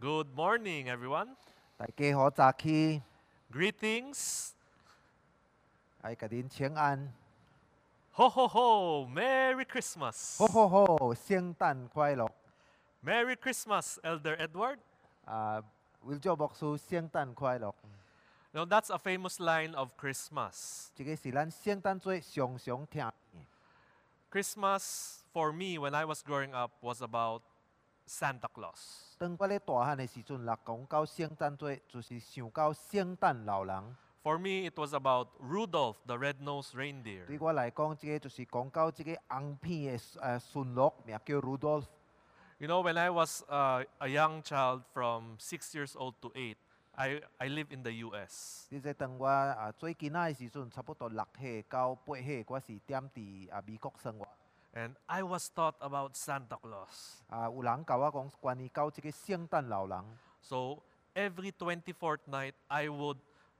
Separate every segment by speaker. Speaker 1: Good morning, everyone.
Speaker 2: 大家好，早起，
Speaker 1: Greetings.
Speaker 2: 爱甲恁请安，
Speaker 1: Ho ho ho. Merry Christmas.
Speaker 2: 好好好，圣诞快乐！
Speaker 1: Merry Christmas, Elder Edward.
Speaker 2: 啊，为咗牧师，圣诞快乐！
Speaker 1: Now that's a famous line of Christmas.
Speaker 2: 这个是咱圣诞节常常听的。
Speaker 1: Christmas for me when I was growing up was about Santa Claus.
Speaker 2: 当我咧大汉的时阵，若讲到圣诞节，就是想到圣诞老人。
Speaker 1: For me it was about Rudolph the Red-Nosed Reindeer.
Speaker 2: 对我来讲，这个就是讲到这个红片的呃驯鹿，名叫 Rudolph。
Speaker 1: You know when I was uh, a young child from 6 years old to 8, I I live in the US.
Speaker 2: 你即当我啊最囡仔的时阵，差不多六岁到八岁，我是踮伫啊美国生活。
Speaker 1: And I was taught about Santa Claus.
Speaker 2: 啊，有人甲我讲关于到这个圣诞老人。
Speaker 1: So every 24th night, I would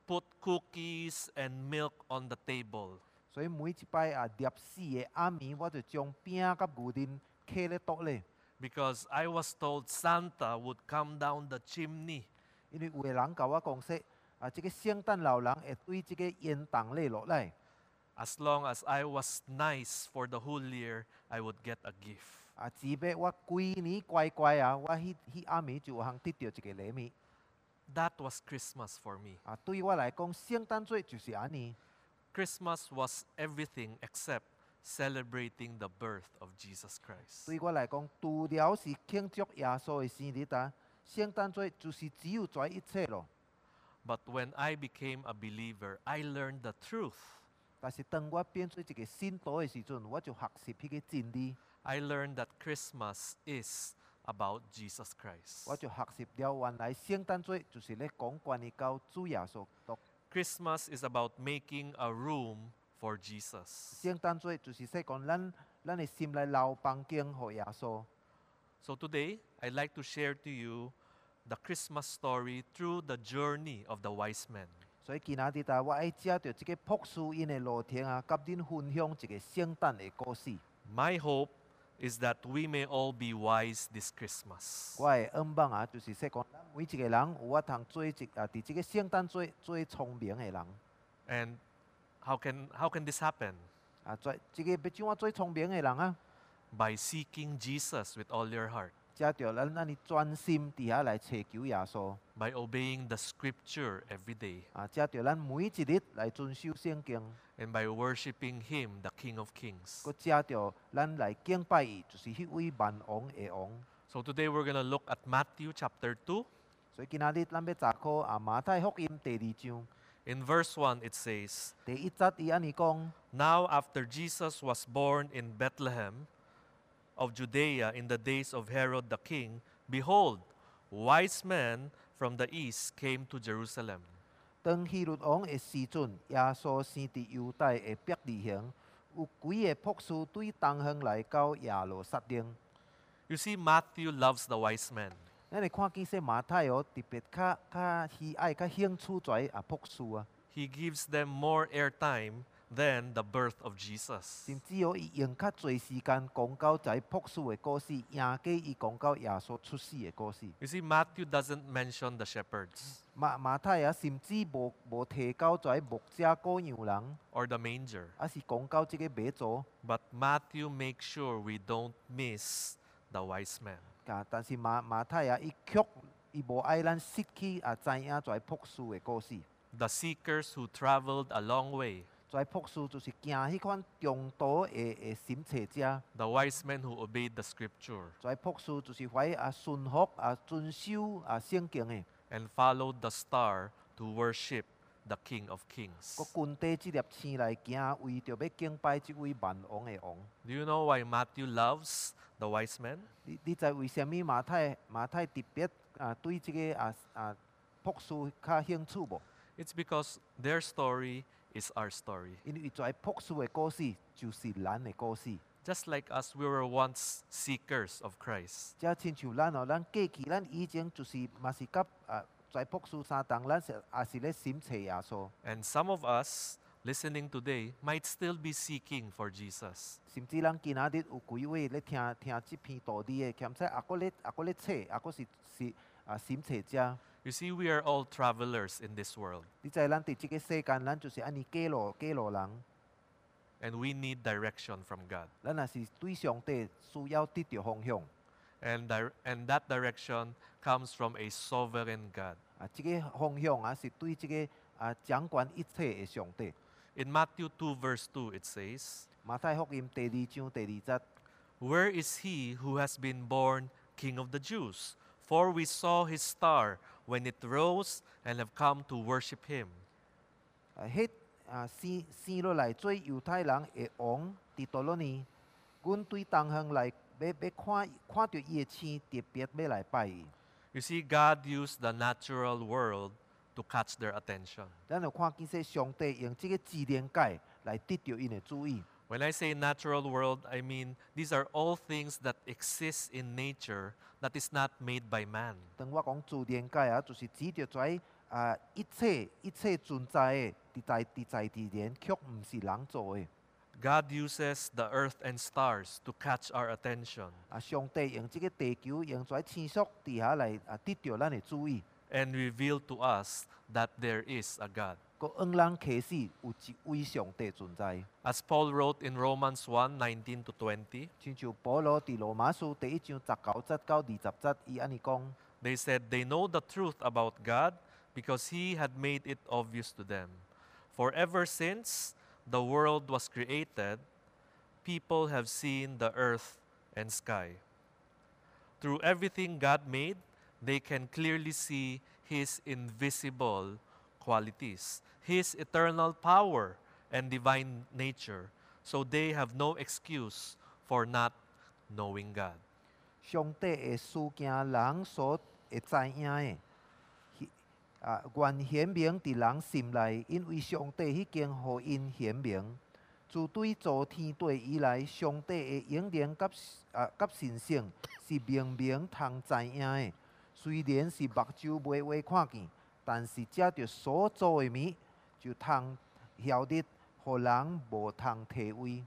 Speaker 1: put cookies and milk on the table.
Speaker 2: 所以每一摆啊入死嘅暗暝，我就将饼甲牛奶放咧桌咧，
Speaker 1: Because I was told Santa would come down the chimney.
Speaker 2: 因為有嘅人甲我講說，啊，即、個聖誕老人會對即個煙筒咧落來，
Speaker 1: As long as I was nice for the whole year, I would get a gift.
Speaker 2: 啊，只要我規年乖乖啊，我迄迄暗暝就有通得到一個禮物。
Speaker 1: That was Christmas for me.
Speaker 2: 啊，對我來講，聖誕節就是安尼。
Speaker 1: Christmas was everything except celebrating the birth of Jesus Christ.
Speaker 2: 對我來講，除了是慶祝耶穌嘅生日啊，聖誕節就是只有遮一切咯。
Speaker 1: But when I became a believer, I learned the truth.
Speaker 2: 但是當我變做一個信徒嘅時陣，我就學習迄個真理。
Speaker 1: I learned that Christmas is about Jesus Christ.
Speaker 2: 我就學習了，原來聖誕節就是咧講關於到主耶穌基督。
Speaker 1: Christmas is about making a room for Jesus.
Speaker 2: 聖誕節就是說講咱咱嘅心內留房間給耶穌。
Speaker 1: So today, I'd like to share to you the Christmas story through the journey of the wise men.
Speaker 2: 所以今仔日啊，我愛借着即個朴素因嘅路程啊，甲恁分享一個聖誕嘅故事。
Speaker 1: My hope is that we may all be wise this Christmas.
Speaker 2: 我嘅願望啊，就是說講咱每一個人有法通做一啊，佇即個聖誕節做聰明嘅人。
Speaker 1: And how can how can this happen?
Speaker 2: 啊，做即個要怎啊做聰明嘅人啊？
Speaker 1: By seeking Jesus with all your heart,
Speaker 2: 借着咱啊咱嘅專心底下來尋求耶穌，
Speaker 1: by obeying the scripture every day,
Speaker 2: 啊，借着咱每一日來遵守聖經。
Speaker 1: and by worshiping him, the King of Kings.
Speaker 2: 佮遮着咱来敬拜伊，就是迄位万王的王。
Speaker 1: So today we're going to look at Matthew chapter 2.
Speaker 2: 所以今仔日咱要查考啊马太福音第二章
Speaker 1: In verse 1, it says,
Speaker 2: 第一节，伊安尼讲：
Speaker 1: Now after Jesus was born in Bethlehem of Judea in the days of Herod the king, behold, wise men from the east came to Jerusalem.
Speaker 2: 当希律王的时阵，耶稣生伫犹大的伯利恒，有几个仆士对东乡来到耶路撒冷。
Speaker 1: You see, Matthew loves the wise men.
Speaker 2: 咱会看见说马太哦，特别较较喜爱、较兴趣遮啊仆士啊，
Speaker 1: He gives them more airtime than the birth of Jesus.
Speaker 2: 甚至哦，伊用较侪时间讲到遮仆士的故事，赢过伊讲到耶稣出世的故事。
Speaker 1: You see, Matthew doesn't mention the shepherds
Speaker 2: 马马太啊，甚至无无提到遮牧者羔羊人，
Speaker 1: or the manger,
Speaker 2: 啊是讲到即个马祖。
Speaker 1: but Matthew makes sure we don't miss the wise men.
Speaker 2: 啊，但是马马太啊，伊却伊无爱咱失去啊，知影遮朴素的故事。
Speaker 1: the seekers who traveled a long way,
Speaker 2: 遮朴素就是行迄款中途的的审查者，
Speaker 1: the wise men who obeyed the scripture
Speaker 2: 遮朴素就是怀啊顺服啊遵守啊圣经的，
Speaker 1: and followed the star to worship the King of Kings.
Speaker 2: 佮跟底即粒星来行，为着要敬拜即位万王的王。
Speaker 1: Do you know why Matthew loves the wise men?
Speaker 2: 你你知为甚物马太马太特别啊对即、个啊啊朴素较兴趣无？
Speaker 1: It's because their story is our story.
Speaker 2: 因为遮朴素的故事就是咱的故事。
Speaker 1: Just like us, we were once seekers of Christ.
Speaker 2: 遮亲像咱哦，咱过去咱以前就是嘛是甲啊跩朴素相同，咱是也是咧审查耶稣。
Speaker 1: And some of us listening today might still be seeking for Jesus.
Speaker 2: 甚至咱今仔日有幾位咧聽聽即篇道理嘅，兼且啊，佫咧啊，佫咧册，啊，佫是是啊，審查者。
Speaker 1: You see, we are all travelers in this world,
Speaker 2: 你知咱伫即個世間，咱就是安尼過路過路人，
Speaker 1: and we need direction from God.
Speaker 2: 咱若是對上帝需要得到方向。
Speaker 1: And, dir- and that direction comes from a sovereign God.
Speaker 2: 啊，即、個方向啊，是對即、個啊掌管一切嘅上帝。
Speaker 1: In Matthew 2, verse 2, it says,
Speaker 2: 馬太福音第二章第二節，
Speaker 1: Where is he who has been born King of the Jews? For we saw his star when it rose and have come to worship him.
Speaker 2: 啊，迄啊生生落來做猶太人嘅王伫倒落呢？阮對東方來要要看看到伊嘅星，特別要來拜伊。
Speaker 1: You see, God used the natural world to catch their attention.
Speaker 2: 咱就看见说上帝用即个自然界来得到因的注意。
Speaker 1: When I say natural world, I mean these are all things that exist in nature that is not made by man.
Speaker 2: 当我讲自然界啊，就是指着跩啊一切一切存在的，伫在伫在自然，却毋是人做的。
Speaker 1: God uses the earth and stars to catch our attention,
Speaker 2: 啊，上帝用即个地球，用跩星宿伫遐来啊得到咱的注意，
Speaker 1: and reveal to us that there is a God.
Speaker 2: 佮恩人开始有一位上帝存在。
Speaker 1: As Paul wrote in Romans 1 19 to 20,
Speaker 2: 亲像保罗伫罗马书第一章十九节到二十节，伊安尼讲。
Speaker 1: they said they know the truth about God because he had made it obvious to them. For ever since the world was created, people have seen the earth and sky. Through everything God made, they can clearly see his invisible qualities, his eternal power and divine nature, so they have no excuse for not knowing God.
Speaker 2: 上帝的事件，人所会知影的，迄啊，原显明伫人心内，因为上帝已经互因显明。自对造天地以来，上帝的引领甲啊甲神圣是明明通知影的。虽然是目睭袂话看见，但是遮着所做的物，就通晓得，互人无通体会。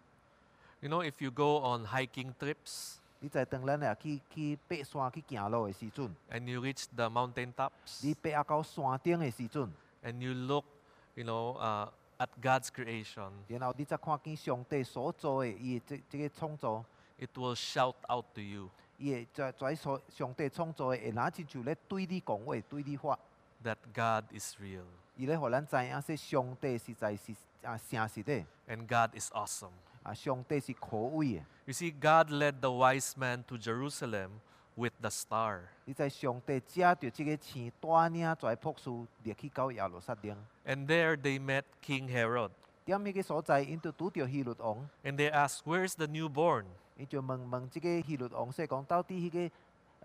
Speaker 1: You know, if you go on hiking trips
Speaker 2: 你知当咱若去去爬山去行路的时阵，
Speaker 1: and you reach the mountain tops
Speaker 2: 你爬啊到山顶的时阵，
Speaker 1: and you look, you know, uh, at God's creation,
Speaker 2: 然后你才看见上帝所做的伊的即即个创造，
Speaker 1: it will shout out to you
Speaker 2: 伊的遮遮所上帝创造的，会若亲像咧对你讲话，对你发，
Speaker 1: that God is real
Speaker 2: 伊咧互咱知影说上帝实在是啊诚实的，
Speaker 1: and God is awesome.
Speaker 2: 啊上帝是可畏的。
Speaker 1: You see, God led the wise man to Jerusalem with the star.
Speaker 2: 你知上帝遮着即个星带领遮朴素入去到耶路撒冷，
Speaker 1: And there they met King Herod.
Speaker 2: 踮迄个所在，因就拄着希律王，
Speaker 1: And they asked, Where's the newborn?
Speaker 2: 因就问问即个希律王说讲到底迄、个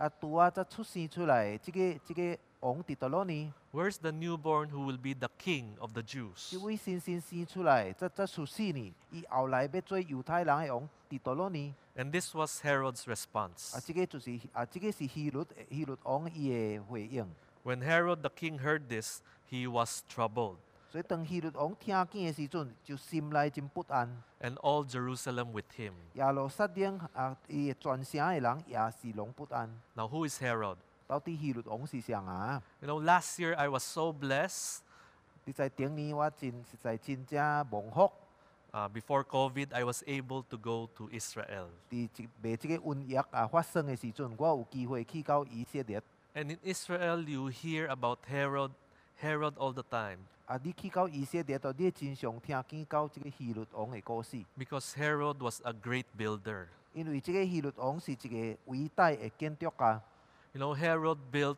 Speaker 2: 啊拄啊才出生出来的，即、个即、个王伫倒落呢？
Speaker 1: Where's the newborn who will be the king of the
Speaker 2: 即
Speaker 1: Jews?
Speaker 2: 位先生生出来，则则出世呢。伊后来要做犹太人的王，伫倒落呢？
Speaker 1: And this was Herod's response.
Speaker 2: 啊，即个就是啊，即个是希律希律王伊的回应。
Speaker 1: When Herod the king heard this, he was troubled,
Speaker 2: 所以当希律王听见的时阵，就心内真不安。
Speaker 1: and all Jerusalem with him.
Speaker 2: 耶路撒冷啊，伊的全城的人也是拢不安。
Speaker 1: Now, who is Herod?
Speaker 2: 到底希律王是谁啊？
Speaker 1: You know, last year I was so blessed.
Speaker 2: 你知顶年我真实在真正蒙福，
Speaker 1: Uh, before COVID, I was able to go to Israel.
Speaker 2: 伫即卖即个瘟疫啊发生的时阵，我有机会去到以色列。
Speaker 1: And in Israel, you hear about Herod, Herod all the time,
Speaker 2: 啊，你去到以色列，到你真常听见到即个希律王的故事。
Speaker 1: because Herod was a great builder.
Speaker 2: 因为即个希律王是一个伟大的建筑家，
Speaker 1: You know, Herod built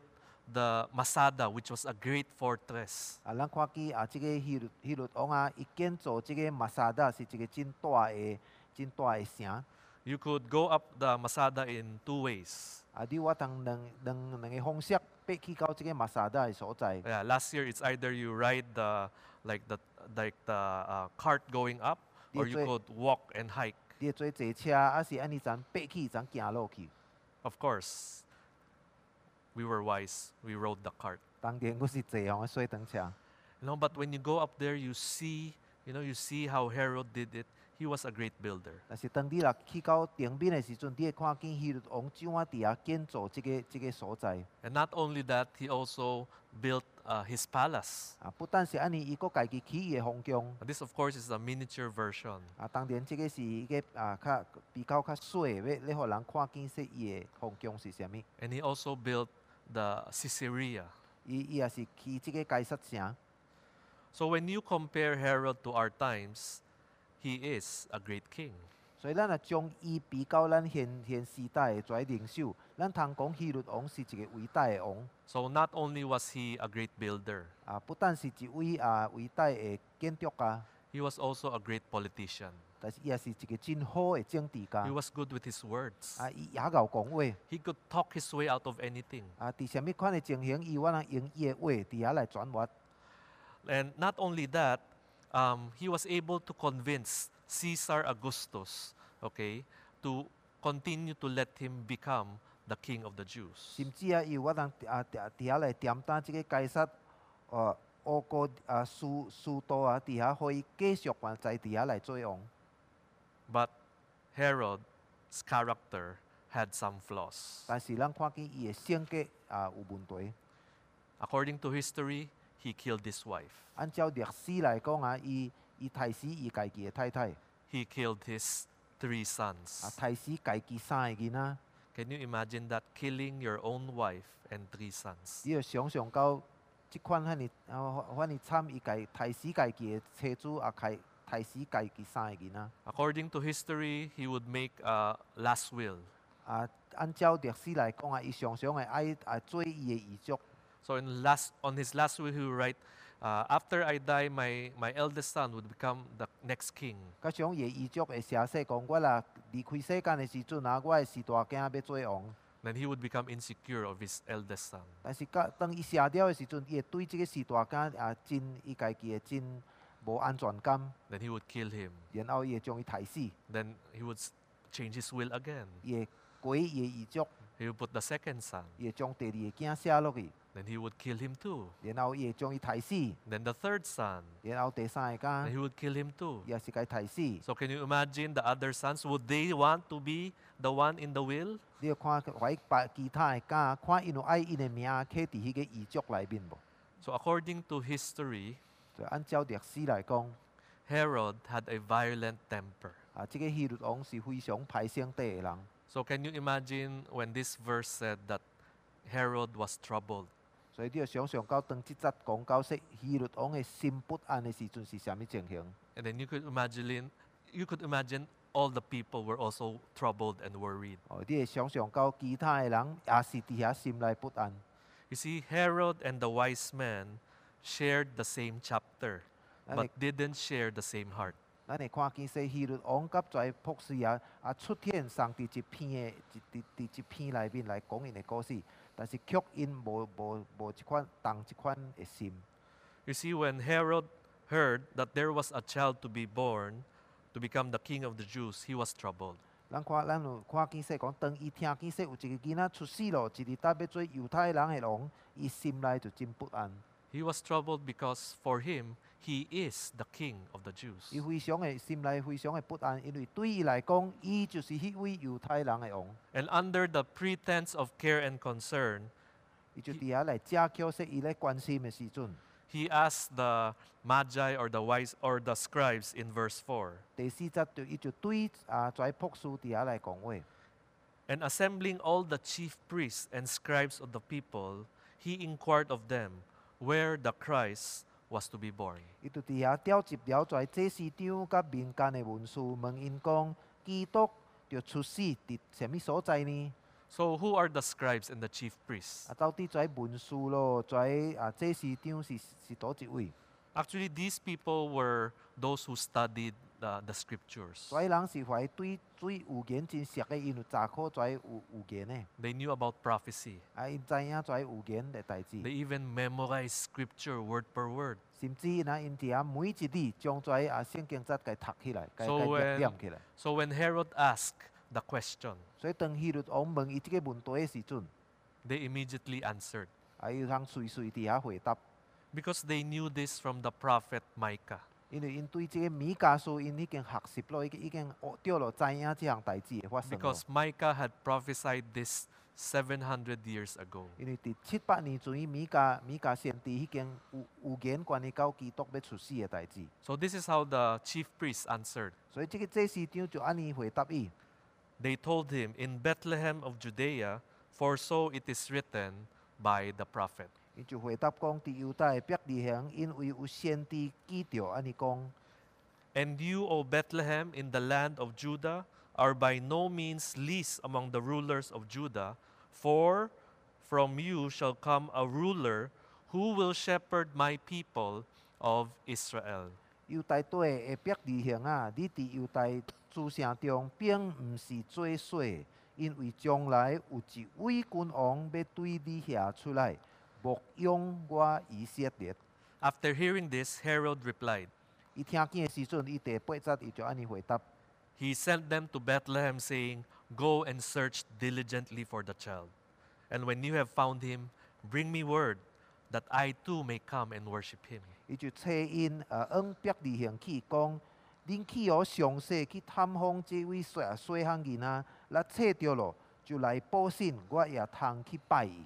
Speaker 1: the Masada, which was a great fortress.
Speaker 2: 啊，咱看见啊，即、个希律希律王啊，伊建造即个马萨达是一个真大的、真大的城。啊，
Speaker 1: You could go up the Masada in two ways.
Speaker 2: 啊你我通两两两个方式爬去到即个马萨达的所在。
Speaker 1: Yeah, last year it's either you ride the like the like the uh, cart going up, or you
Speaker 2: Dito eh.
Speaker 1: could walk and hike.
Speaker 2: 你会做坐车，啊是安尼咱爬去，咱行路去。
Speaker 1: Of course, we were wise. We rode the cart.
Speaker 2: 当然，我是坐红个水灯车。
Speaker 1: You know, but when you go up there, you see, you You know, you see how Herod did it. He was a great builder.
Speaker 2: 但是当你若去到顶面的时阵，你会看见希律王怎啊伫遐建造即个即个所在。
Speaker 1: And not only that, he also built uh, his palace.
Speaker 2: 啊，不但是安尼，伊佫家己起伊的皇宫。
Speaker 1: And this, of course, is a miniature version.
Speaker 2: 啊，当然即个是伊个啊较比较较细的，要你互人看见说伊的皇宫是啥物。
Speaker 1: And he also built the Caesarea.
Speaker 2: 伊伊也是起即个解释城。
Speaker 1: So when you compare Herod to our times, he is a great king.
Speaker 2: 所以咱若将伊比较咱现现时代的跩领袖，咱通讲希律王是一个伟大的王，
Speaker 1: So not only was he a great builder,
Speaker 2: 啊，不但是一位啊伟大的建筑家，
Speaker 1: he was also a great politician.
Speaker 2: 但是伊也是一个真好的政治家
Speaker 1: He，was good with his words.
Speaker 2: 啊，伊也贤讲话，
Speaker 1: He could talk his way out of anything.
Speaker 2: 啊，伫啥物款的情形，伊我能用伊的话伫遐来转换，
Speaker 1: And not only that, um, he was able to convince Caesar Augustus, okay, to continue to let him become the king of the Jews.
Speaker 2: 甚至啊，伊有我能啊伫啊伫遐来点担即个解释，哦、乌国啊苏苏都啊伫遐可以继续原在伫遐来做王，
Speaker 1: But Herod's character had some flaws.
Speaker 2: 但是咱看见伊的性格啊有问题。
Speaker 1: According to history, he killed his wife.
Speaker 2: 按照歷史嚟講啊，伊伊提死伊家己嘅太太，啊
Speaker 1: He killed his three sons.
Speaker 2: 提死家己三個囡仔，
Speaker 1: Can you imagine that? Killing your own wife and three sons.
Speaker 2: 你要想象到即款遐尼啊，遐尼慘，伊家提死家己嘅妻子，啊，提提死家己三個囡仔。
Speaker 1: According to history, he would make a last will.
Speaker 2: 啊，按照歷史嚟講啊，伊常常會愛啊做伊嘅遺囑，
Speaker 1: So in last, on his last will, he would write, uh, "After I die, my, my eldest son would become the next king."
Speaker 2: 加上伊嘅遺囑會寫寫講，我若離開世間嘅時陣啊，我嘅是大囝要做王。
Speaker 1: Then he would become insecure of his eldest son.
Speaker 2: 但是甲當伊寫了嘅時陣，伊會對即個是大囝啊真，伊家己嘅真無安全感。
Speaker 1: Then he would kill him.
Speaker 2: 然後伊會將伊提死，
Speaker 1: Then he would s- change his will again.
Speaker 2: 伊會改伊嘅遺囑，
Speaker 1: He would put the second son.
Speaker 2: 伊會將第二個囝寫落去，
Speaker 1: Then he would kill him too.
Speaker 2: 然後伊會將伊提死，
Speaker 1: Then the third son.
Speaker 2: 然後第三個
Speaker 1: Then
Speaker 2: 囝
Speaker 1: he would kill him too.
Speaker 2: 伊也是甲伊提死。
Speaker 1: So can you imagine the other sons? Would they want to be the one in the will?
Speaker 2: 你要看懷把其他的囝，看因有愛因的名刻伫迄個遺囑內面無？
Speaker 1: So according to history,
Speaker 2: 就按照歷史來講，
Speaker 1: Herod had a violent temper.
Speaker 2: 啊，即、個希律王是非常歹性地的人，
Speaker 1: So can you imagine when this verse said that Herod was troubled?
Speaker 2: 所以你要想象到當即節講到說希律王的心不安的時陣是啥物情形？
Speaker 1: And then you could imagine you could imagine all the people were also troubled and worried.
Speaker 2: 哦，你會想象到其他的人也是伫遐心內不安。
Speaker 1: You see, Herod and the wise men shared the same chapter,
Speaker 2: Alec.
Speaker 1: but didn't share the same heart.
Speaker 2: 咱会看见说希律王甲跩博士啊，啊出现上伫一篇的一伫伫一篇内面来讲因的故事，但是却因无无无一款同一款的心。
Speaker 1: You see, when Herod heard that there was a child to be born to become the king of the Jews, he was troubled.
Speaker 2: 咱看咱有看见说讲，当伊听见说有一个囡仔出世咯，一日搭要做犹太人的王，伊心内就真不安。
Speaker 1: He was troubled because for him, he is the king of the Jews.
Speaker 2: 伊非常的心内非常的不安，因为对伊来讲，伊就是迄位犹太人的王，
Speaker 1: And under the pretense of care and concern,
Speaker 2: 伊就伫遐来遮叫说伊咧关心的时阵。
Speaker 1: he asked the magi or the wise or the scribes in verse 4.
Speaker 2: 第四节就伊就对啊跩博士伫遐来讲话。
Speaker 1: And assembling all the chief priests and scribes of the people, he inquired of them where the Christ was to be born.
Speaker 2: 伊就伫遐调集了跩祭司长甲民间的文书，问因讲：基督着出世伫什物所在呢？
Speaker 1: So, who are the scribes and the chief priests?
Speaker 2: 啊，到底跩文书咯，跩啊祭司长是是倒一位？
Speaker 1: Actually, these people were those who studied the, the scriptures.
Speaker 2: 跩人是怀对对预言真熟的，因有查考跩有预言的，
Speaker 1: They knew about prophecy.
Speaker 2: 啊，因知影跩预言的代
Speaker 1: They
Speaker 2: 志，
Speaker 1: even memorized scripture word per word.
Speaker 2: 甚至因啊因伫遐每一字将跩啊圣经节给读起来，给
Speaker 1: So
Speaker 2: 给
Speaker 1: when-
Speaker 2: 念念起来。
Speaker 1: So when Herod asked the question,
Speaker 2: 所以当希律王问伊即个问题的时阵，
Speaker 1: they immediately answered
Speaker 2: 啊，伊通随随伫遐回答，
Speaker 1: because they knew this from the prophet Micah.
Speaker 2: 因為因對即個米迦書，因已經學習咯，已經已經學着咯，知影即項代志會發生咯。
Speaker 1: Because Micah had prophesied this 700 years ago.
Speaker 2: 因為佇七八年前，米迦米迦先知已經有有言關於到基督要出世嘅代志，
Speaker 1: So this is how the chief priests answered.
Speaker 2: 所以即個祭司長就安尼回答伊：
Speaker 1: They told him, In Bethlehem of Judea, for so it is written by the prophet.
Speaker 2: 伊就回答講，佇猶太嘅伯利恆，因為有先知記着安尼講，
Speaker 1: And you, O Bethlehem, in the land of Judah, are by no means least among the rulers of Judah, for from you shall come a ruler who will shepherd my people of Israel.
Speaker 2: 猶太地嘅伯利恆啊，你佇猶太諸城中並毋是最小的，因為將來有一位君王要對你遐出來，牧養我以色列。
Speaker 1: After hearing this, Herod replied,
Speaker 2: 伊听见的時陣，伊第八節伊就安尼回答：
Speaker 1: He sent them to Bethlehem, saying, Go and search diligently for the child. And when you have found him, bring me word that I too may come and worship him.
Speaker 2: 伊就找因呃，往伯利恆去講，恁去哦详细去探訪即位細細漢囡仔，咱找着咯，就來報信，我也通去拜伊。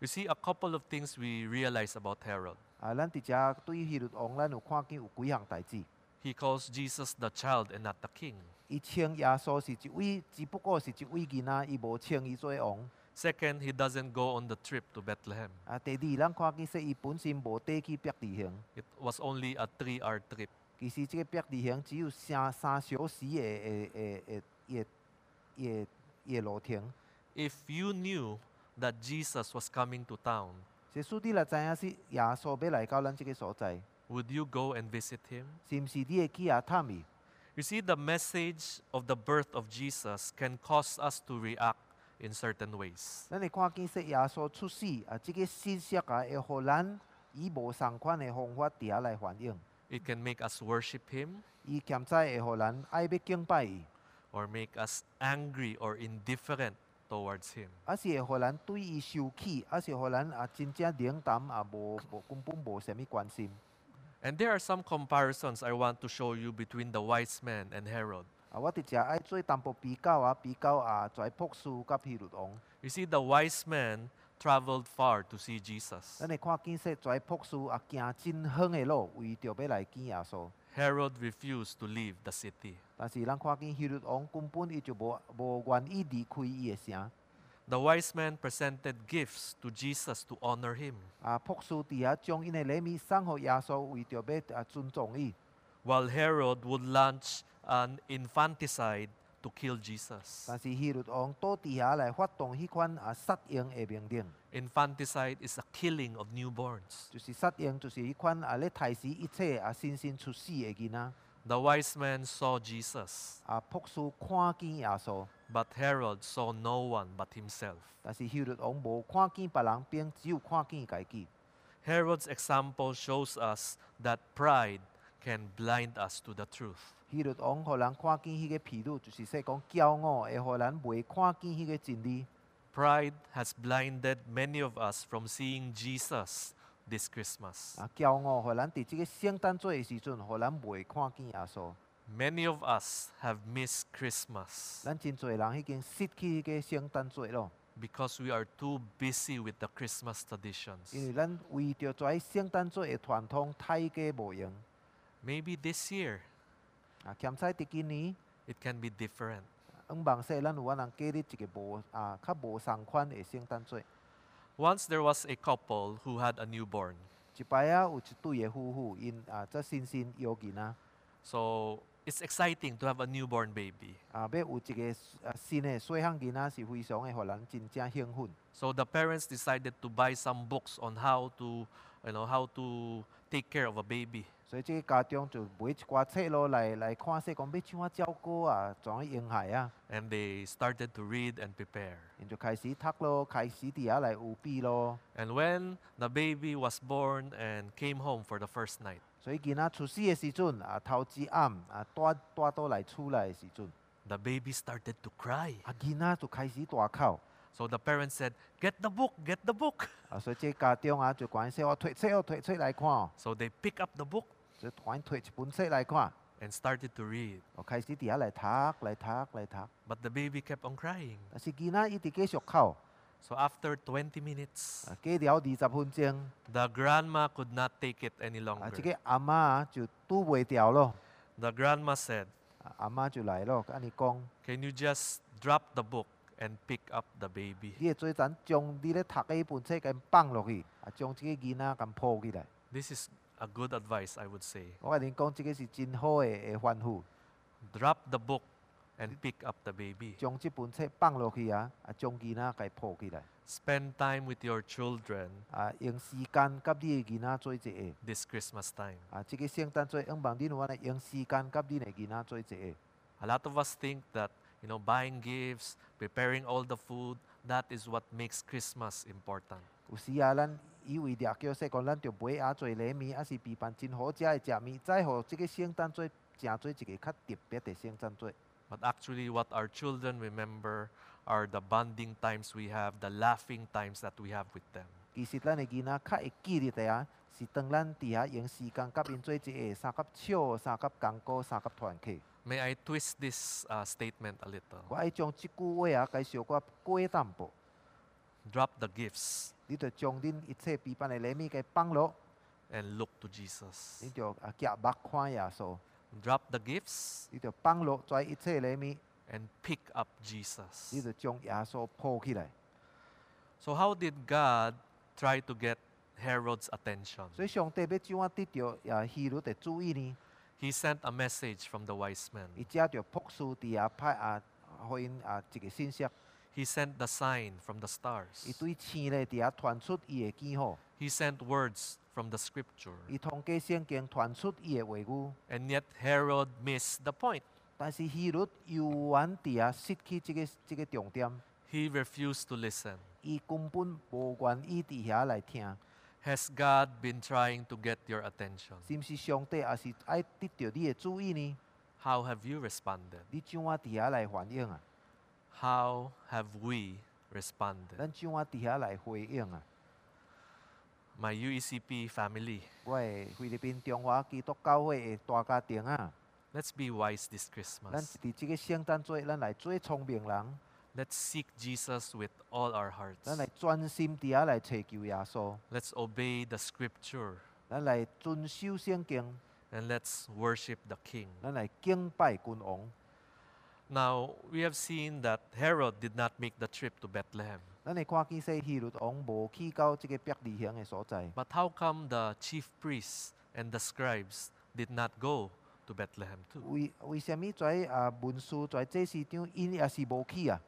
Speaker 1: You see, a couple of things we realize about Herod.
Speaker 2: 啊，咱佇遮對希律王，咱有看見有幾項代志。
Speaker 1: He calls Jesus the child and not the king.
Speaker 2: 伊稱耶穌是一位，只不過是一位囡仔，伊無稱伊做王。
Speaker 1: Second, he doesn't go on the trip to Bethlehem.
Speaker 2: 啊，第二，咱看見說伊本身無底去伯利恆，
Speaker 1: It was only a three hour trip.
Speaker 2: 其實即個伯利恆只有三三小時的的的的的的的路程。
Speaker 1: If you knew that Jesus was coming to town,
Speaker 2: 即使你若知影是耶穌要來到咱即個所在，
Speaker 1: would you go and visit him?
Speaker 2: 是毋是你會去遐探伊？
Speaker 1: You see, the message of the birth of Jesus can cause us to react in certain ways.
Speaker 2: 咱會看見說耶穌出世啊，即、個信息啊，會互咱以無相款的方法佇遐來反映，
Speaker 1: It can make us worship him,
Speaker 2: 伊兼在會互咱愛要敬拜伊。
Speaker 1: or make us angry or indifferent towards him.
Speaker 2: 啊是会互咱对伊生气，啊是互咱啊真正冷淡，啊无无根本无啥物关心。
Speaker 1: And there are some comparisons I want to show you between the wise men and Herod.
Speaker 2: 啊，我伫遮爱做淡薄比较啊，比较啊，跩朴素甲希律王，
Speaker 1: You see, the wise men traveled far to see Jesus.
Speaker 2: 咱会看见说跩朴素啊行真远的路，为着要来见耶稣。
Speaker 1: Herod refused to leave the city.
Speaker 2: 但是咱看见希律王根本伊就无无愿意离开伊的城。
Speaker 1: The wise men presented gifts to Jesus to honor him,
Speaker 2: 啊，朴素伫遐将因的礼物送互耶稣，为着要啊尊重伊。
Speaker 1: while Herod would launch an infanticide to kill Jesus.
Speaker 2: 但是希律王倒伫遐来发动迄款啊杀婴的命令。
Speaker 1: Infanticide is a killing of newborns.
Speaker 2: 就是杀婴，就是迄款啊咧杀死一切啊新生出世的囡仔。
Speaker 1: The wise men saw Jesus,
Speaker 2: 啊，朴素看见耶稣，
Speaker 1: but Herod saw no one but himself.
Speaker 2: 但是希律王无看见别人，并只有看见家己。
Speaker 1: Herod's example shows us that pride can blind us to the truth.
Speaker 2: 希律王互人看见迄个疲辱，就是说讲骄傲会互人袂看见迄个真理。
Speaker 1: Pride has blinded many of us from seeing Jesus this Christmas.
Speaker 2: 啊，骄傲互人伫即个圣诞节的时阵，互人袂看见耶稣。
Speaker 1: Many of us have missed Christmas
Speaker 2: 咱真侪人已经失去迄个圣诞节咯，
Speaker 1: because we are too busy with the Christmas traditions.
Speaker 2: 因为咱为着遮圣诞节的传统太过无用。
Speaker 1: Maybe this year
Speaker 2: 啊，欠彩伫今年。
Speaker 1: it can be different.
Speaker 2: 希望说咱有啊法通建立一个无啊较无相款的圣诞节。
Speaker 1: Once there was a couple who had a newborn.
Speaker 2: 一摆啊有一对的夫妇，因啊则新生摇囡仔，
Speaker 1: So it's exciting to have a newborn baby.
Speaker 2: 啊要有一个啊新的细汉囡仔是非常的，互人真正兴奋。
Speaker 1: So the parents decided to buy some books on how to, you know, how to take care of a baby.
Speaker 2: 所以即个家长就买一寡册咯来来看说讲要怎啊照顾啊，怎啊婴孩啊，
Speaker 1: And they started to read and prepare.
Speaker 2: 因就开始读咯，开始伫遐来有比咯。
Speaker 1: And when the baby was born and came home for the first night,
Speaker 2: 所以囡仔出世的时阵啊，头一暗啊带带倒来厝内的时阵，
Speaker 1: the baby started to cry.
Speaker 2: 啊囡仔就开始大哭。
Speaker 1: So the parents said, Get the book, get the book.
Speaker 2: 啊，所以即个家长啊就关说，我摕册哦，摕册来看哦。
Speaker 1: So they pick up the book.
Speaker 2: 就突然摕一本册来看，
Speaker 1: and started to read.
Speaker 2: 我开始伫遐来读，来读，来读。
Speaker 1: But the baby kept on crying.
Speaker 2: 但是囡仔一直继续哭，
Speaker 1: So after 20 minutes,
Speaker 2: 啊，过了二十分钟，
Speaker 1: the grandma could not take it any
Speaker 2: 啊，
Speaker 1: longer.
Speaker 2: 即个阿嬷啊就拄袂牢咯，
Speaker 1: The grandma said,
Speaker 2: 啊阿嬷就来咯，安尼讲，
Speaker 1: Can you just drop the book and pick up the baby?
Speaker 2: 你会做阵将你咧读嘅迄本册甲放落去，啊，将即个囡仔甲抱起来。
Speaker 1: This is a good advice, I would say.
Speaker 2: 我甲恁讲，即个是真好诶诶吩咐，
Speaker 1: Drop the book and pick up the baby.
Speaker 2: 将即本册放落去啊，啊，将囡仔甲抱起来，
Speaker 1: Spend time with your children
Speaker 2: 啊，用时间甲你诶囡仔做一下。
Speaker 1: this Christmas time.
Speaker 2: 啊，即、个圣诞节，希望恁有法来用时间甲恁诶囡仔做一下。
Speaker 1: A lot of us think that, you know, buying gifts, preparing all the food, that is what makes Christmas important.
Speaker 2: 有时啊，咱以为掠叫说讲，咱着买啊做礼物，啊是备办真好食诶食物，再互即个圣诞节正做一个较特别诶圣诞节。
Speaker 1: But actually, what our children remember are the bonding times we have, the laughing times that we have with them.
Speaker 2: 其实咱诶囡仔较会记咧的啊，是当咱伫遐用时间甲因做一下，相甲笑，相甲艰苦，相甲团结。
Speaker 1: May I twist this uh, statement a little?
Speaker 2: 我爱将即句话啊，该小可改淡薄。
Speaker 1: Drop the gifts
Speaker 2: 你着将恁一切备办诶礼物给放落，
Speaker 1: and look to Jesus.
Speaker 2: 你着啊夹目看耶稣，
Speaker 1: Drop the gifts
Speaker 2: 你着放落遮一切礼物。
Speaker 1: and pick up
Speaker 2: 你
Speaker 1: Jesus.
Speaker 2: 就将耶稣抱起来。
Speaker 1: So, how did God try to get Herod's attention?
Speaker 2: 所以上帝要怎啊得到也希律的注意呢？
Speaker 1: He sent a message from the wise
Speaker 2: 伊
Speaker 1: men.
Speaker 2: 只着朴素伫啊派啊，互因啊一个信息。
Speaker 1: He sent the sign from the
Speaker 2: 伊
Speaker 1: stars.
Speaker 2: 对星咧伫啊传出伊的记号，
Speaker 1: He sent words from the scripture.
Speaker 2: 伊通过圣经传出伊的话语。
Speaker 1: And yet, Herod missed the point.
Speaker 2: 但是希律犹原伫啊失去即、个即、这个重点，
Speaker 1: He refused to listen.
Speaker 2: 伊根本无愿意伫遐来听。
Speaker 1: Has God been trying to get your attention?
Speaker 2: 是毋是上帝也是爱得到你的注意呢？
Speaker 1: How have you responded?
Speaker 2: 你怎啊伫遐来反应啊？
Speaker 1: How have we responded?
Speaker 2: 咱怎啊伫遐来回应啊？
Speaker 1: My UECP family,
Speaker 2: 我的菲律宾中华基督教会的大家庭啊！
Speaker 1: let's be wise this
Speaker 2: 咱
Speaker 1: Christmas.
Speaker 2: 伫即个圣诞节，咱来做聪明人，
Speaker 1: Let's seek Jesus with all our hearts.
Speaker 2: 咱来专心伫遐来寻求耶稣，
Speaker 1: Let's obey the scripture
Speaker 2: 咱来遵守圣经，
Speaker 1: and let's worship the King.
Speaker 2: 咱来敬拜君王。
Speaker 1: Now, we have seen that Herod did not make the trip to Bethlehem.
Speaker 2: 咱会看见说希律王无去到即个伯利恒的所在，
Speaker 1: But how come the chief priests and the scribes did not go to Bethlehem too?
Speaker 2: 为为什物�遮啊文书�遮这市长因也是无去啊？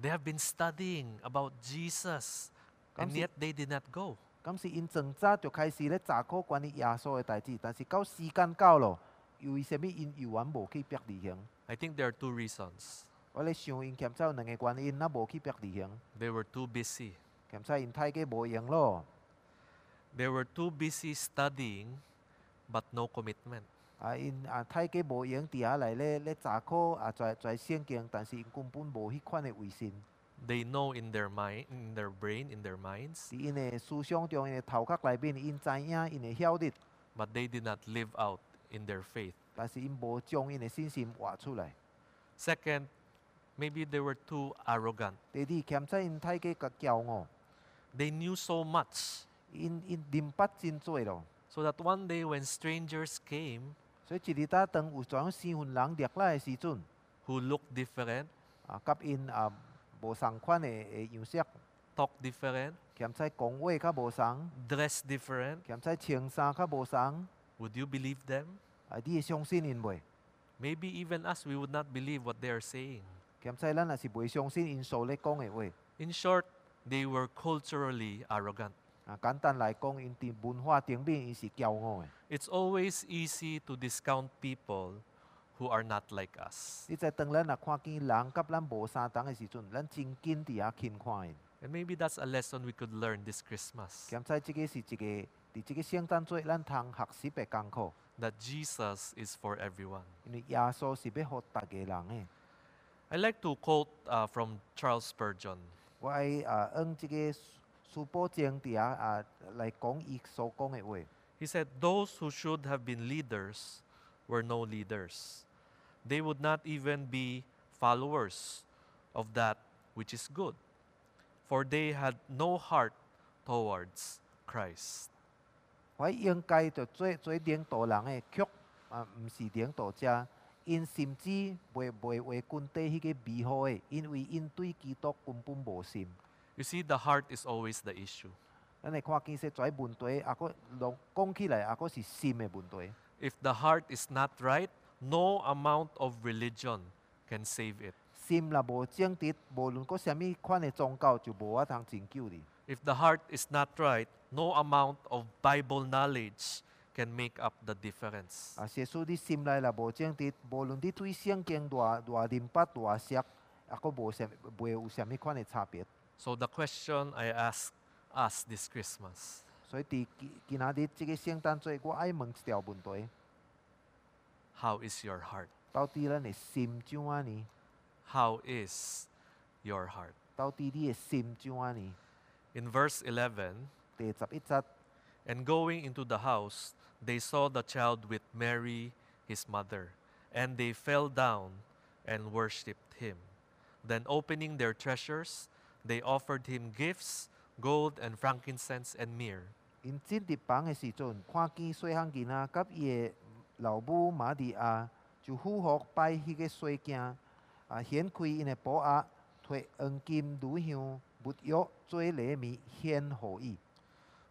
Speaker 1: They have been studying about Jesus, and
Speaker 2: Kamsi-
Speaker 1: yet they did not go.
Speaker 2: 敢是因从早就开始咧查考关于耶稣的代志，但是到时间到咯，又为什物因犹原无去伯利恒？
Speaker 1: I think there are two reasons.
Speaker 2: 我咧想因欠债有两个原因，咱无去伯利恒，
Speaker 1: They were too busy.
Speaker 2: 欠债因太过无闲咯。
Speaker 1: They were too busy studying, but no commitment.
Speaker 2: 啊，因啊太过无闲，伫遐来咧咧查考啊，跩跩圣经，但是因根本无迄款的卫生，
Speaker 1: They know in their mind, in their brain, in their minds,
Speaker 2: 伫因的思想中，因的头壳内面，因知影，因会晓得，
Speaker 1: but they did not live out in their faith.
Speaker 2: 但是因无将因的信心活出来。
Speaker 1: Second, maybe they were too arrogant.
Speaker 2: 第二，欠债因太过甲骄傲，
Speaker 1: They knew so much
Speaker 2: 因因明捌真多咯，
Speaker 1: so that one day when strangers came
Speaker 2: 所以一日搭当有一种身份人掠来的时阵，
Speaker 1: who looked different,
Speaker 2: 啊，甲因啊无相款的的样式，
Speaker 1: talked different,
Speaker 2: 欠债讲话较无相，
Speaker 1: dressed different,
Speaker 2: 欠债穿衫较无相，
Speaker 1: would you believe them?
Speaker 2: 啊，你会相信因袂？
Speaker 1: Maybe even us, we would not believe what they are saying.
Speaker 2: 欠债咱也是袂相信因所咧讲的话。
Speaker 1: In short, they were culturally arrogant.
Speaker 2: 啊，简单来讲，因伫文化顶面，因是骄傲的。
Speaker 1: It's always easy to discount people who are not like us.
Speaker 2: 你在当咱若看见人甲咱无相同的时阵，咱真紧伫遐轻看因。
Speaker 1: And maybe that's a lesson we could learn this Christmas
Speaker 2: 检测即个是一个伫即个圣诞节，咱通学习的功课，
Speaker 1: that Jesus is for everyone.
Speaker 2: 因为耶稣是要互逐个人的。
Speaker 1: I like to quote uh, from Charles Spurgeon.
Speaker 2: 我呃爱啊，按即个苏保证伫遐啊来讲伊所讲的话。
Speaker 1: He said, Those who should have been leaders were no leaders. They would not even be followers of that which is good, for they had no heart towards Christ.
Speaker 2: 我應該就做做領導人嘅曲，啊，唔是領導者。因甚至袂袂為軍隊迄個美好嘅，因為因對基督根本無心。
Speaker 1: You see, the heart is always the issue.
Speaker 2: 咱會看見說遮問題，啊，佫講講起來，啊，佫是心嘅問題。
Speaker 1: If the heart is not right, no amount of religion can save it.
Speaker 2: 心若無正直，無論佫啥物款嘅宗教，就無法通拯救你。
Speaker 1: If the heart is not right, no amount of Bible knowledge can make up the difference.
Speaker 2: 啊，耶穌你心內若無正直，無論你對聖經偌偌明白偌熟，啊，佫無啥袂有啥物款嘅差別。
Speaker 1: So the question I ask us this Christmas
Speaker 2: 所以伫今今仔日即個聖誕節，我愛問一條問題：
Speaker 1: How is your heart?
Speaker 2: 到底咱嘅心怎啊呢？
Speaker 1: How is your heart?
Speaker 2: 到底你嘅心怎啊呢？
Speaker 1: In verse 11,
Speaker 2: 第十一節，
Speaker 1: and going into the house, they saw the child with Mary, his mother, and they fell down and worshipped him. Then, opening their treasures, they offered him gifts gold and frankincense and myrrh.
Speaker 2: 因進入房嘅時陣，看見細漢囡仔甲伊嘅老母瑪利亞，就俯伏拜迄個細囝，啊，掀開因嘅布盒，摕黃金、乳香、蜜藥做禮物獻互伊。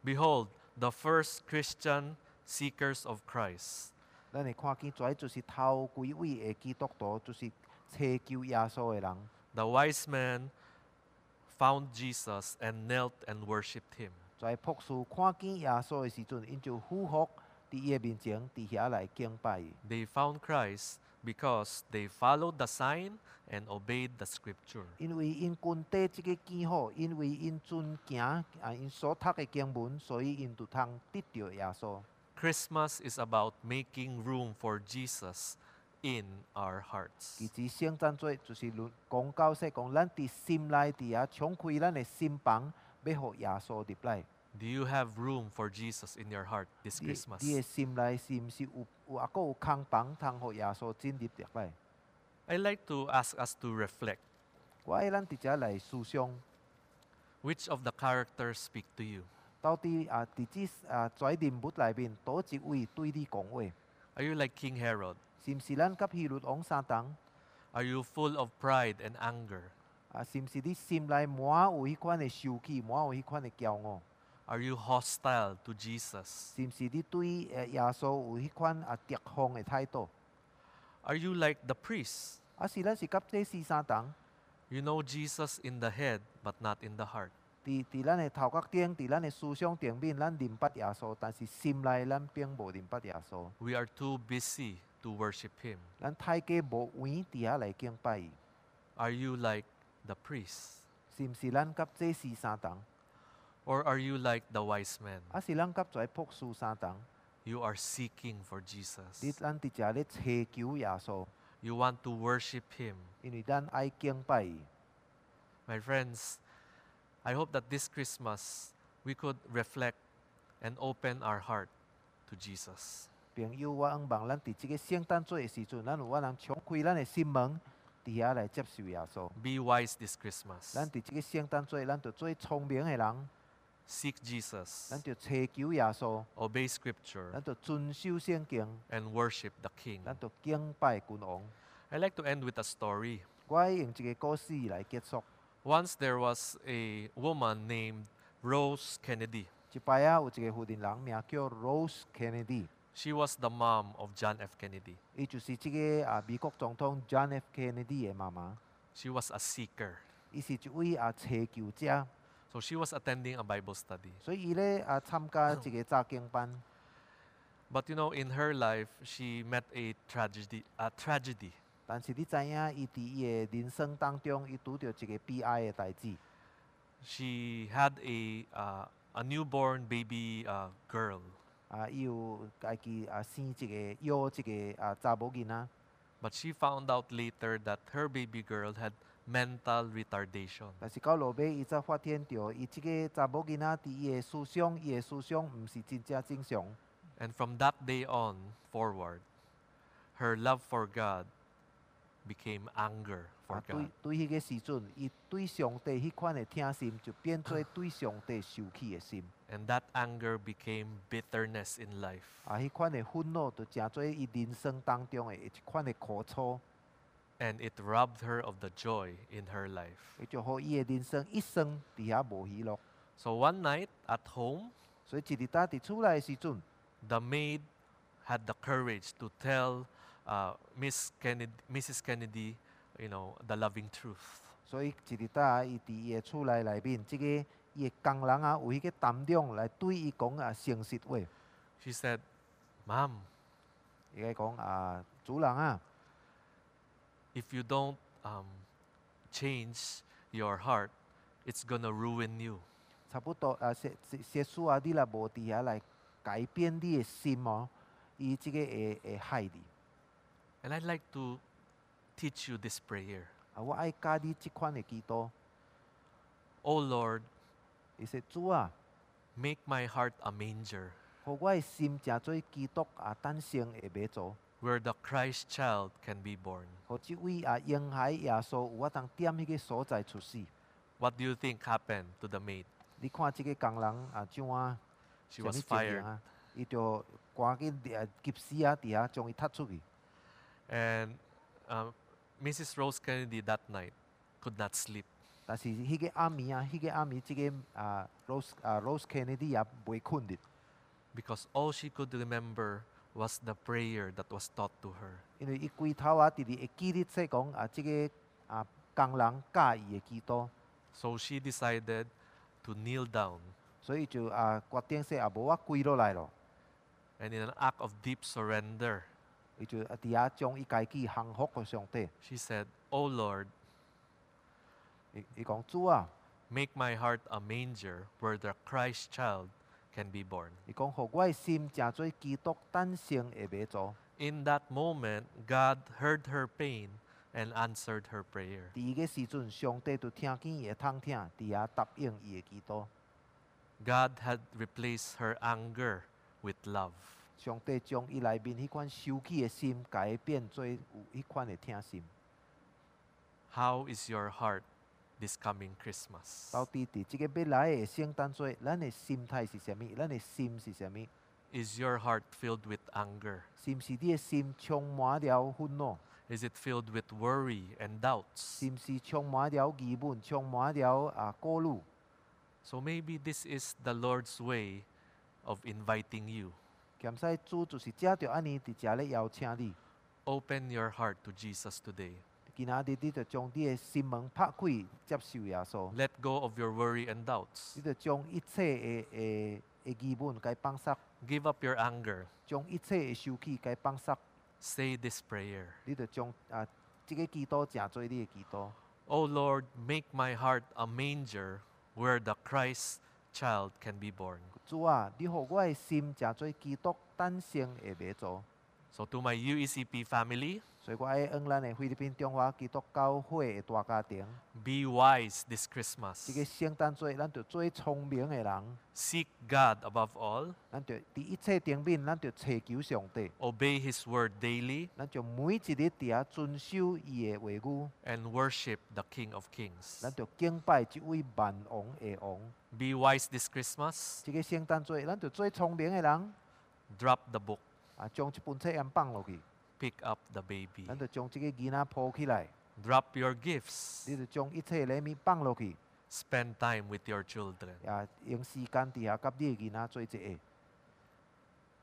Speaker 1: Behold, the first Christian seekers of Christ.
Speaker 2: 咱會看見，遮就是頭幾位嘅基督徒，就是尋求耶穌嘅人。
Speaker 1: The wise men found Jesus and knelt and worshipped him.
Speaker 2: 遮博士看見耶穌嘅時陣，因就俯伏佇伊嘅面前，佇遐來敬拜伊。
Speaker 1: They found Christ because they followed the sign and obeyed the scripture.
Speaker 2: 因為因軍隊即個見好，因為因遵行啊，因所讀嘅經文，所以因就通得到耶穌。
Speaker 1: Christmas is about making room for Jesus in our hearts.
Speaker 2: 其實聖誕節就是論講到說講，咱佇心內佇遐敞開咱嘅心房，要互耶穌入來。
Speaker 1: Do you have room for Jesus in your heart this
Speaker 2: 你你
Speaker 1: Christmas?
Speaker 2: 嘅心內是毋是有有啊？佫有空房通互耶穌進入入來？
Speaker 1: I like to ask us to reflect
Speaker 2: 我愛咱佇遮來思想，
Speaker 1: which of the characters speak to you?
Speaker 2: 到底啊佇即啊遮人物內面，倒一位對你講話？
Speaker 1: Are you like King Herod?
Speaker 2: 是毋是咱甲希律王相同？
Speaker 1: Are you full of pride and anger?
Speaker 2: 啊，是毋是你心内满有迄款的受气，满有迄款的骄傲？
Speaker 1: Are you hostile to Jesus?
Speaker 2: 是毋是你对呃耶稣有迄款啊敌方的态度？
Speaker 1: Are you like the priests?
Speaker 2: 啊，是咱是甲这四相同，
Speaker 1: You know Jesus in the head, but not in the heart.
Speaker 2: 伫伫咱的头壳顶，伫咱的思想顶面，咱明白耶稣，但是心内咱并无明白耶稣，
Speaker 1: We are too busy to worship Him.
Speaker 2: 咱太过无闲伫遐来敬拜伊。
Speaker 1: Are you like the priests?
Speaker 2: 是毋是咱甲这四相同？
Speaker 1: Or are you like the wise men?
Speaker 2: 啊，是咱甲遮朴素相同？
Speaker 1: You are seeking for
Speaker 2: 你
Speaker 1: Jesus.
Speaker 2: 咱伫遮咧祈求耶稣，
Speaker 1: You want to worship Him.
Speaker 2: 因为咱爱敬拜伊。
Speaker 1: My friends, I hope that this Christmas we could reflect and open our heart to Jesus.
Speaker 2: 朋友，我希望咱伫即个圣诞节的时阵，咱有法通敞开咱的心门，伫遐来接受耶稣。
Speaker 1: Be wise this Christmas.
Speaker 2: 咱伫即个圣诞节，咱着做聪明的人，
Speaker 1: Seek Jesus.
Speaker 2: 咱着祈求耶稣，
Speaker 1: Obey Scripture.
Speaker 2: 咱着遵守圣经，
Speaker 1: and worship the King.
Speaker 2: 咱着敬拜君王。
Speaker 1: I like to end with a story.
Speaker 2: 我要用一个故事来结束。
Speaker 1: Once there was a woman named Rose Kennedy.
Speaker 2: 一摆啊，有一个福建人名叫 Rose Kennedy，
Speaker 1: She was the mom of John F. Kennedy.
Speaker 2: 伊就是即、个啊美国总统 John F Kennedy 的妈妈。
Speaker 1: She was a seeker.
Speaker 2: 伊是一位啊祈求者，
Speaker 1: So she was attending a Bible study.
Speaker 2: 所以伊咧啊参加一个早经班。
Speaker 1: But you know, in her life, she met a tragedy. A tragedy.
Speaker 2: 但是你知影，伊伫伊诶人生当中，伊拄着一个悲哀诶代志。
Speaker 1: She had a uh, a newborn baby uh, girl,
Speaker 2: 啊，伊有家己啊生一个养一个啊查某囡仔，
Speaker 1: but she found out later that her baby girl had mental retardation.
Speaker 2: 但是到落尾，伊才发现着伊即个查某囡仔伫伊诶思想，伊诶思想毋是真正正常。
Speaker 1: And from that day on forward, her love for God became anger
Speaker 2: 啊
Speaker 1: for，
Speaker 2: 对
Speaker 1: God.
Speaker 2: 对，迄个时阵，伊对上帝迄款的疼心，就变做对上帝受气的心。
Speaker 1: And that anger became bitterness in life.
Speaker 2: 啊，迄款的愤怒，就成做伊人生当中的一款的苦楚，
Speaker 1: And it robbed her of the joy in her life.
Speaker 2: 伊就互伊的人生一生伫遐无喜乐。
Speaker 1: So one night at home,
Speaker 2: 所以一日搭伫厝内的时阵，
Speaker 1: the maid had the courage to tell uh, Miss Kennedy, Mrs. Kennedy, you know, the loving truth.
Speaker 2: 所以一日搭伊伫伊的厝内内面，即、个伊的工人啊，有迄个胆量来对伊讲啊诚实话，
Speaker 1: She said, "Ma'am,
Speaker 2: 伊个讲啊主人啊，
Speaker 1: if you don't um, change your heart, it's gonna ruin you."
Speaker 2: 差不多啊，些些些事啊，你若无伫遐来改变你的心哦，伊即个会会害你。
Speaker 1: And I'd like to teach you this prayer.
Speaker 2: 啊，我爱教你即款的祈祷。
Speaker 1: Oh Lord,
Speaker 2: 伊说主啊，
Speaker 1: make my heart a manger
Speaker 2: 互我的心诚做基督啊，诞生的马祖，
Speaker 1: where the Christ child can be born.
Speaker 2: 互即位啊婴孩耶稣有我通点迄个所在出世。
Speaker 1: What do you think happened to the maid?
Speaker 2: 你看即个工人啊怎啊？
Speaker 1: She
Speaker 2: 啥物
Speaker 1: was
Speaker 2: 情形
Speaker 1: fired.
Speaker 2: 啊？伊就赶紧伫啊急死啊，伫遐将伊踢出去。
Speaker 1: And um, Mrs. Rose Kennedy that night could not sleep.
Speaker 2: 但是迄个暗暝啊，迄、个暗暝，即个啊 Rose 啊 Rose Kennedy 也袂困入。
Speaker 1: because all she could remember was the prayer that was taught to her.
Speaker 2: 因为伊规头啊，直直会记咧说讲啊，即、个啊工人教伊的祈祷，
Speaker 1: So she decided to kneel down,
Speaker 2: 所以就啊决定说啊，无我跪落来咯，
Speaker 1: and in an act of deep surrender,
Speaker 2: 伊就啊伫遐将伊家己幸福给上帝。
Speaker 1: she said, "O Lord,
Speaker 2: 伊伊讲主啊，
Speaker 1: make my heart a manger where the Christ child can be born."
Speaker 2: 伊讲互我的心诚做基督诞生的马祖。
Speaker 1: In that moment, God heard her pain and answered her prayer.
Speaker 2: 伫伊个时阵，上帝就听见伊的痛听，伫遐答应伊的祈祷。
Speaker 1: God had replaced her anger with love.
Speaker 2: 上帝将伊内面迄款受气的心，改变做有迄款的疼心。
Speaker 1: How is your heart this coming Christmas?
Speaker 2: 到底伫即个要来的圣诞节，咱的心态是啥物？咱的心是啥物？
Speaker 1: Is your heart filled with anger?
Speaker 2: 是毋是你的心充满了愤怒？
Speaker 1: Is it filled with worry and doubts?
Speaker 2: 是毋是充满了疑问？充满了啊顾虑？
Speaker 1: So maybe this is the Lord's way of inviting you.
Speaker 2: 咸使主就是遮着安尼伫遮咧邀请你。
Speaker 1: Open your heart to Jesus today.
Speaker 2: 今仔日你就将你的心门拍开，接受耶稣。
Speaker 1: Let go of your worry and doubts.
Speaker 2: 你就将一切的的的疑问该放下，
Speaker 1: Give up your anger.
Speaker 2: 将一切的受气该放下。
Speaker 1: Say this prayer
Speaker 2: 你就将啊即、个祈祷正做你的祈祷。
Speaker 1: O Lord, make my heart a manger where the Christ child can be born.
Speaker 2: 主啊，你互我的心正做基督诞生的马祖。
Speaker 1: So, to my UECP family,
Speaker 2: 所以我爱恩咱的菲律宾中华基督教会的大家庭。
Speaker 1: be wise this
Speaker 2: 这个
Speaker 1: Christmas.
Speaker 2: 圣诞节，咱着做聪明的人，
Speaker 1: Seek God above all.
Speaker 2: 咱着伫一切顶面，咱着寻求上帝，
Speaker 1: Obey His word daily.
Speaker 2: 咱着每一日伫遐遵守伊的话语，
Speaker 1: and worship the King of Kings.
Speaker 2: 咱着敬拜即位万王的王。
Speaker 1: Be wise this Christmas.
Speaker 2: 这个圣诞节，咱着做聪明的人，
Speaker 1: Drop the book.
Speaker 2: 啊，将一本册按放落去，
Speaker 1: Pick up the baby.
Speaker 2: 咱着将即个囡仔抱起来，
Speaker 1: Drop your gifts.
Speaker 2: 你着将一切礼物放落去，
Speaker 1: Spend time with your children.
Speaker 2: 啊，用时间伫遐甲你的囡仔做一下，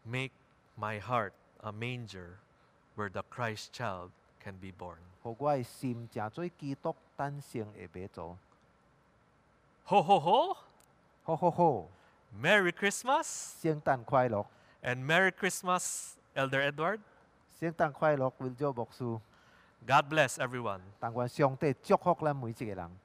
Speaker 1: Make my heart a manger where the Christ child can be born.
Speaker 2: 互我的心诚做基督诞生的马祖。
Speaker 1: Ho, ho, ho!
Speaker 2: 好好好，
Speaker 1: Merry Christmas!
Speaker 2: 圣诞快乐，
Speaker 1: And Merry Christmas, Elder Edward.
Speaker 2: 圣诞快乐，温州牧师。
Speaker 1: God bless everyone.
Speaker 2: 但愿上帝祝福咱每一个人。